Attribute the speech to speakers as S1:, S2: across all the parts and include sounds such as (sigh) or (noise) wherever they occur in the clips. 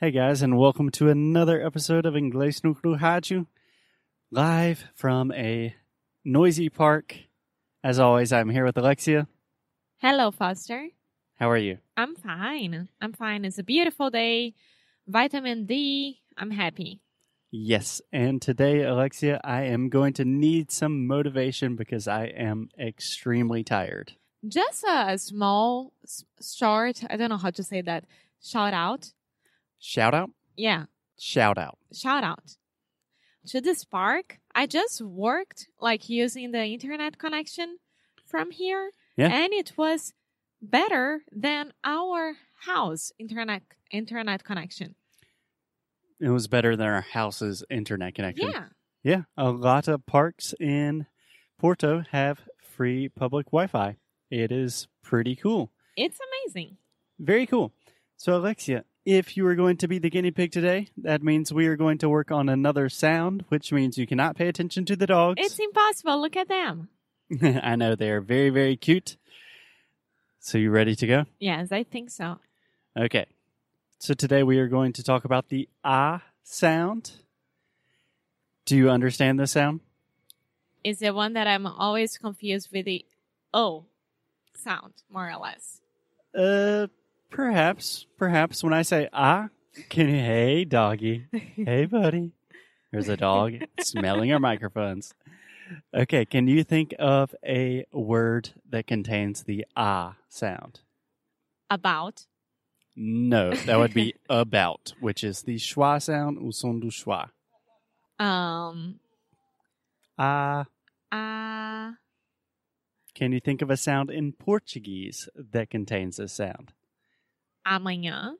S1: Hey guys, and welcome to another episode of Inglés no Hachu, live from a noisy park. As always, I'm here with Alexia.
S2: Hello, Foster.
S1: How are you?
S2: I'm fine. I'm fine. It's a beautiful day. Vitamin D. I'm happy.
S1: Yes, and today, Alexia, I am going to need some motivation because I am extremely tired.
S2: Just a, a small, s- short, I don't know how to say that, shout out.
S1: Shout out,
S2: Yeah,
S1: shout out.
S2: shout out to this park. I just worked like using the internet connection from here,
S1: Yeah.
S2: and it was better than our house internet internet connection.
S1: It was better than our house's internet connection.
S2: Yeah.
S1: Yeah, a lot of parks in Porto have free public Wi Fi. It is pretty cool.
S2: It's amazing.
S1: Very cool. So, Alexia, if you are going to be the guinea pig today, that means we are going to work on another sound, which means you cannot pay attention to the dogs.
S2: It's impossible. Look at them.
S1: (laughs) I know they are very, very cute. So, you ready to go?
S2: Yes, I think so.
S1: Okay. So, today we are going to talk about the ah sound. Do you understand this sound?
S2: is the one that I'm always confused with the O sound, more or less.
S1: Uh,
S2: (laughs)
S1: perhaps, perhaps when I say ah, can hey doggy, hey buddy, there's a dog smelling our microphones. Okay, can you think of a word that contains the ah sound?
S2: About.
S1: No, that would (laughs) be about, which is the schwa sound, ou son du schwa.
S2: Um.
S1: Ah,
S2: Ah.
S1: can you think of a sound in Portuguese that contains this sound? "Ah,
S2: amanhã.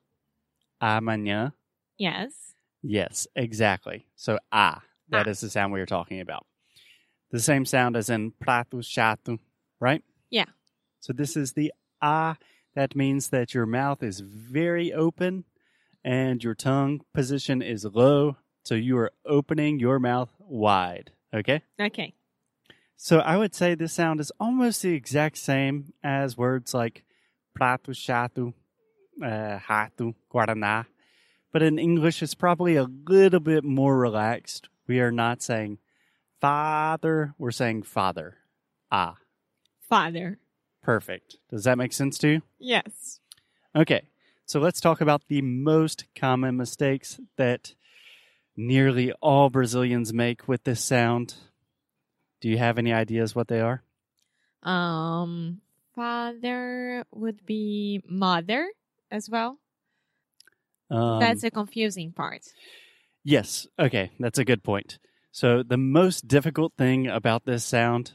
S1: Amanhã.
S2: Yes.
S1: Yes, exactly. So ah, that is
S2: Ah.
S1: the sound we were talking about. The same sound as in prato chato, right?
S2: Yeah.
S1: So this is the ah. That means that your mouth is very open and your tongue position is low. So you are opening your mouth wide. Okay.
S2: Okay.
S1: So I would say this sound is almost the exact same as words like prato chato, uh, rato, guaraná. But in English, it's probably a little bit more relaxed. We are not saying father, we're saying father. Ah,
S2: Father.
S1: perfect. Does that make sense to you?
S2: Yes.
S1: Okay, so let's talk about the most common mistakes that nearly all Brazilians make with this sound. Do you have any ideas what they are?
S2: Um. Father would be mother as well.
S1: Um,
S2: That's a confusing part.
S1: Yes. Okay. That's a good point. So, the most difficult thing about this sound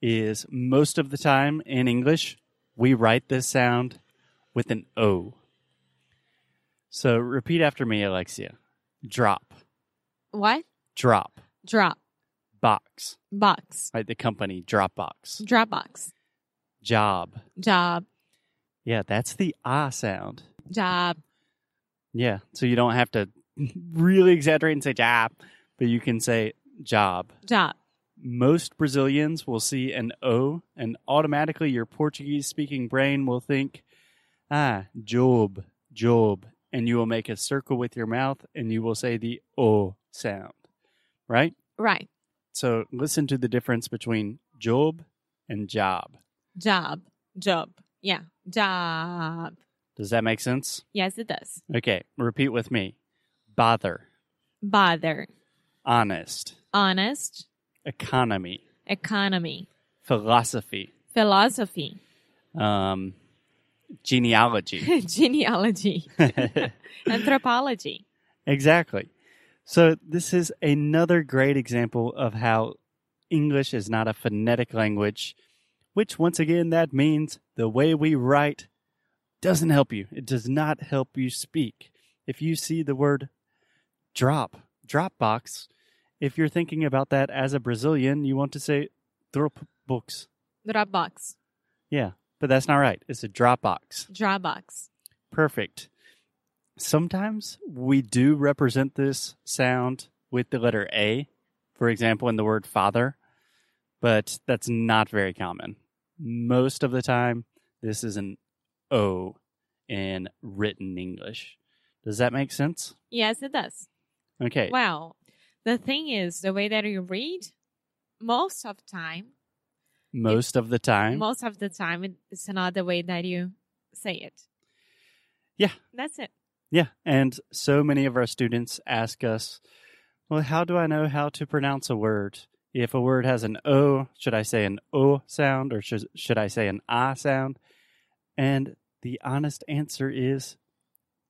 S1: is most of the time in English, we write this sound with an O. So, repeat after me, Alexia drop,
S2: What?
S1: drop,
S2: Drop
S1: box,
S2: box.
S1: right? The company, Dropbox,
S2: Drop box.
S1: job.
S2: Job.
S1: Yeah, that's the ah sound.
S2: Job.
S1: Yeah. So, you don't have to (laughs) really exaggerate and say job, but you can say job.
S2: Job.
S1: most Brazilians will see an O, and automatically your Portuguese speaking brain will think, ah, job, job. And you will make a circle with your mouth and you will say the O sound, right?
S2: Right.
S1: So listen to the difference between job and job.
S2: Job. Job. Yeah. Job.
S1: Does that make sense?
S2: Yes, it does.
S1: Okay, repeat with me bother,
S2: bother,
S1: honest,
S2: honest,
S1: economy,
S2: economy,
S1: philosophy,
S2: philosophy, (laughs)
S1: um, genealogy. (laughs)
S2: genealogy, anthropology.
S1: Exactly. So, this is another great example of how English is not a phonetic language, which, once again, that means the way we write doesn't help you. It does not help you speak. If you see the word drop, Dropbox, if you're thinking about that as a Brazilian, you want to say drop books.
S2: Dropbox,
S1: Yeah, but that's not right. It's a Dropbox.
S2: Dropbox.
S1: Perfect. Sometimes we do represent this sound with the letter A, for example, in the word father, but that's not very common. Most of the time, this is an O in written English. Does that make sense?
S2: Yes, it does.
S1: Okay.
S2: Well, the thing is, the way that you read, most of time,
S1: most of the time.
S2: most of the time, it- it's not the way that you say it.
S1: Yeah.
S2: That's it. (laughs)
S1: yeah. And so many of our students ask us, well, how do I know how to pronounce a word? If a word has an O, should I say an O sound or should, should I say an I sound? And the honest answer is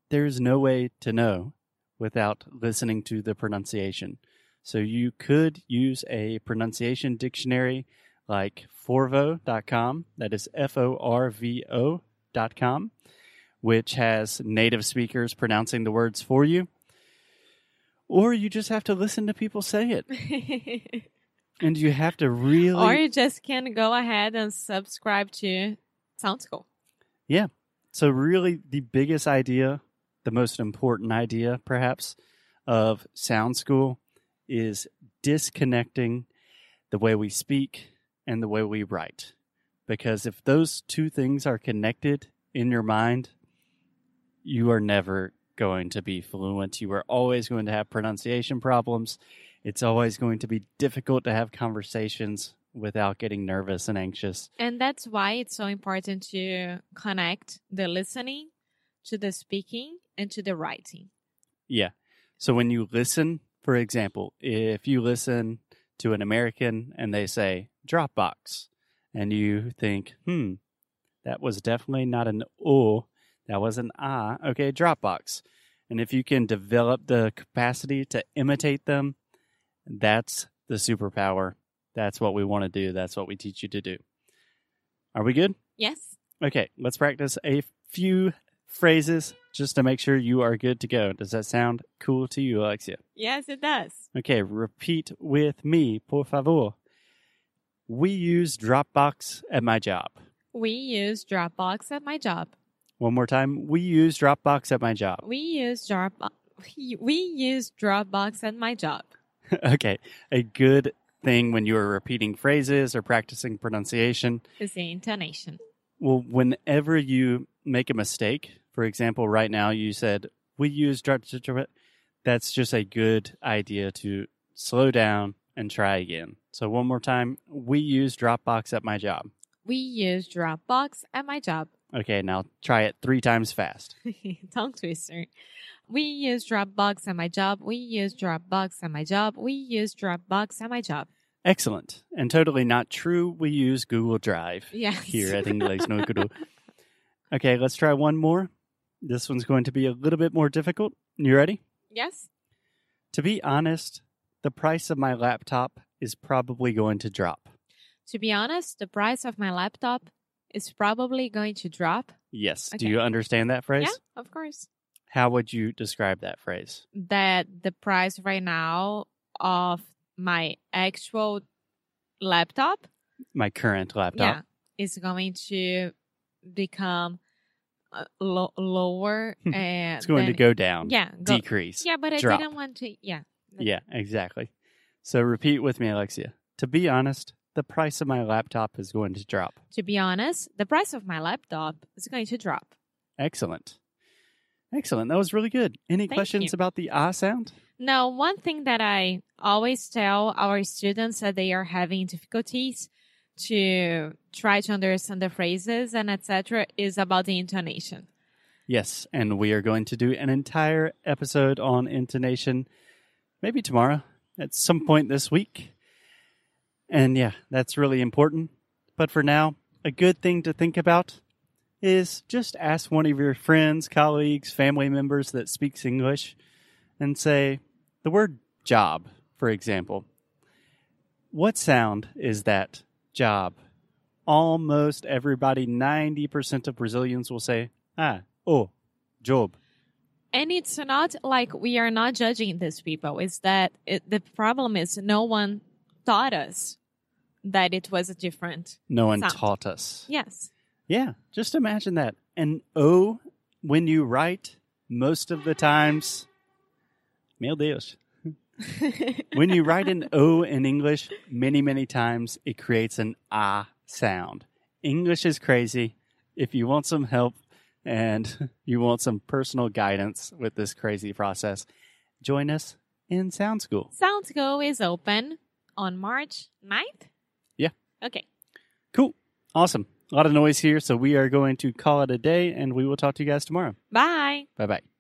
S1: there's no way to know without listening to the pronunciation. So you could use a pronunciation dictionary like forvo.com, that is F O R V O dot com, which has native speakers pronouncing the words for you. Or you just have to listen to people say it. And you have to really.
S2: Or you just can go ahead and subscribe to Sound School.
S1: So, really, the biggest idea, the most important idea, perhaps, of Sound School is disconnecting the way we speak and the way we write. Because if those two things are connected in your mind, you are never going to be fluent. You are always going to have pronunciation problems. It's always going to be difficult to have conversations without getting nervous and anxious.
S2: And that's why it's so important to connect the listening to the speaking and to the writing.
S1: Yeah. So when you listen, for example, if you listen to an American and they say Dropbox, and you think, hmm, that was definitely not an O, that was an ah, okay, Dropbox. And if you can develop the capacity to imitate them, that's the superpower. That's what we want to do. That's what we teach you to do. Are we good?
S2: Yes.
S1: Okay, let's practice a few phrases just to make sure you are good to go. Does that sound cool to you, Alexia?
S2: Yes, it does.
S1: Okay, repeat with me, por favor. We use Dropbox at my job.
S2: We use Dropbox at my job.
S1: One more time. We use Dropbox at my job. (laughs)
S2: We use Dropbox. We use Dropbox at my job.
S1: okay, a good thing when you are repeating phrases or practicing pronunciation
S2: Is the intonation?
S1: Well, whenever you make a mistake, for example, right now you said we use drop. That's just a good idea to slow down and try again. So one more time, we use Dropbox at my job.
S2: We use Dropbox at my job. (laughs)
S1: Okay, now try it three times fast.
S2: Tongue twister. We use Dropbox at my job. We use Dropbox at my job. We use Dropbox at my job.
S1: Excellent and totally not true. We use Google Drive
S2: Yes.
S1: here at English No Kudo. Okay, let's try one more. This one's going to be a little bit more difficult. You ready?
S2: (laughs) yes.
S1: To be honest, the price of my laptop is probably going to drop.
S2: To be honest, the price of my laptop is probably going to drop.
S1: Yes. Do
S2: Okay.
S1: you understand that phrase?
S2: Yeah, of course.
S1: How would you describe that phrase?
S2: that the price right now of my actual laptop
S1: My current
S2: yeah
S1: laptop.
S2: is going to become uh, lo- lower uh,
S1: Hmm. It's going to go down.
S2: yeah go-
S1: Decrease.
S2: yeah but i
S1: drop.
S2: didn't want to yeah
S1: Yeah, exactly. So repeat with me, Alexia. To be honest, the price of my laptop is going to drop.
S2: to be honest the price of my laptop is going to drop
S1: Excellent. Excellent. That was really good. Any
S2: Thank
S1: questions
S2: you.
S1: about the ah sound?
S2: now one thing that i always tell our students that they are having difficulties to try to understand the phrases and etc is about the intonation
S1: Yes, and we are going to do an entire episode on intonation, maybe tomorrow, at some point this week. And yeah, that's really important. But for now, a good thing to think about is just ask one of your friends, colleagues, family members that speaks English and say the word job, for example. What sound is that job? Almost everybody, 90% of Brazilians will say, ah, oh, job.
S2: and it's not like we are not judging these people it's that it, the problem is no one taught us that it was different
S1: No one
S2: Sound.
S1: taught us.
S2: yes
S1: Yeah, just imagine that. An O when you write, most of the times, meu Deus. When you write an (laughs) O in English, many, many times it creates an ah sound. English is crazy. If you want some help, and (laughs) you want some personal guidance with this crazy process, join us in Sound School.
S2: Sound School is open on March 9th?
S1: Yeah.
S2: Okay.
S1: Cool. Awesome. A lot of noise here, so we are going to call it a day and we will talk to you guys tomorrow.
S2: Bye.
S1: Bye bye.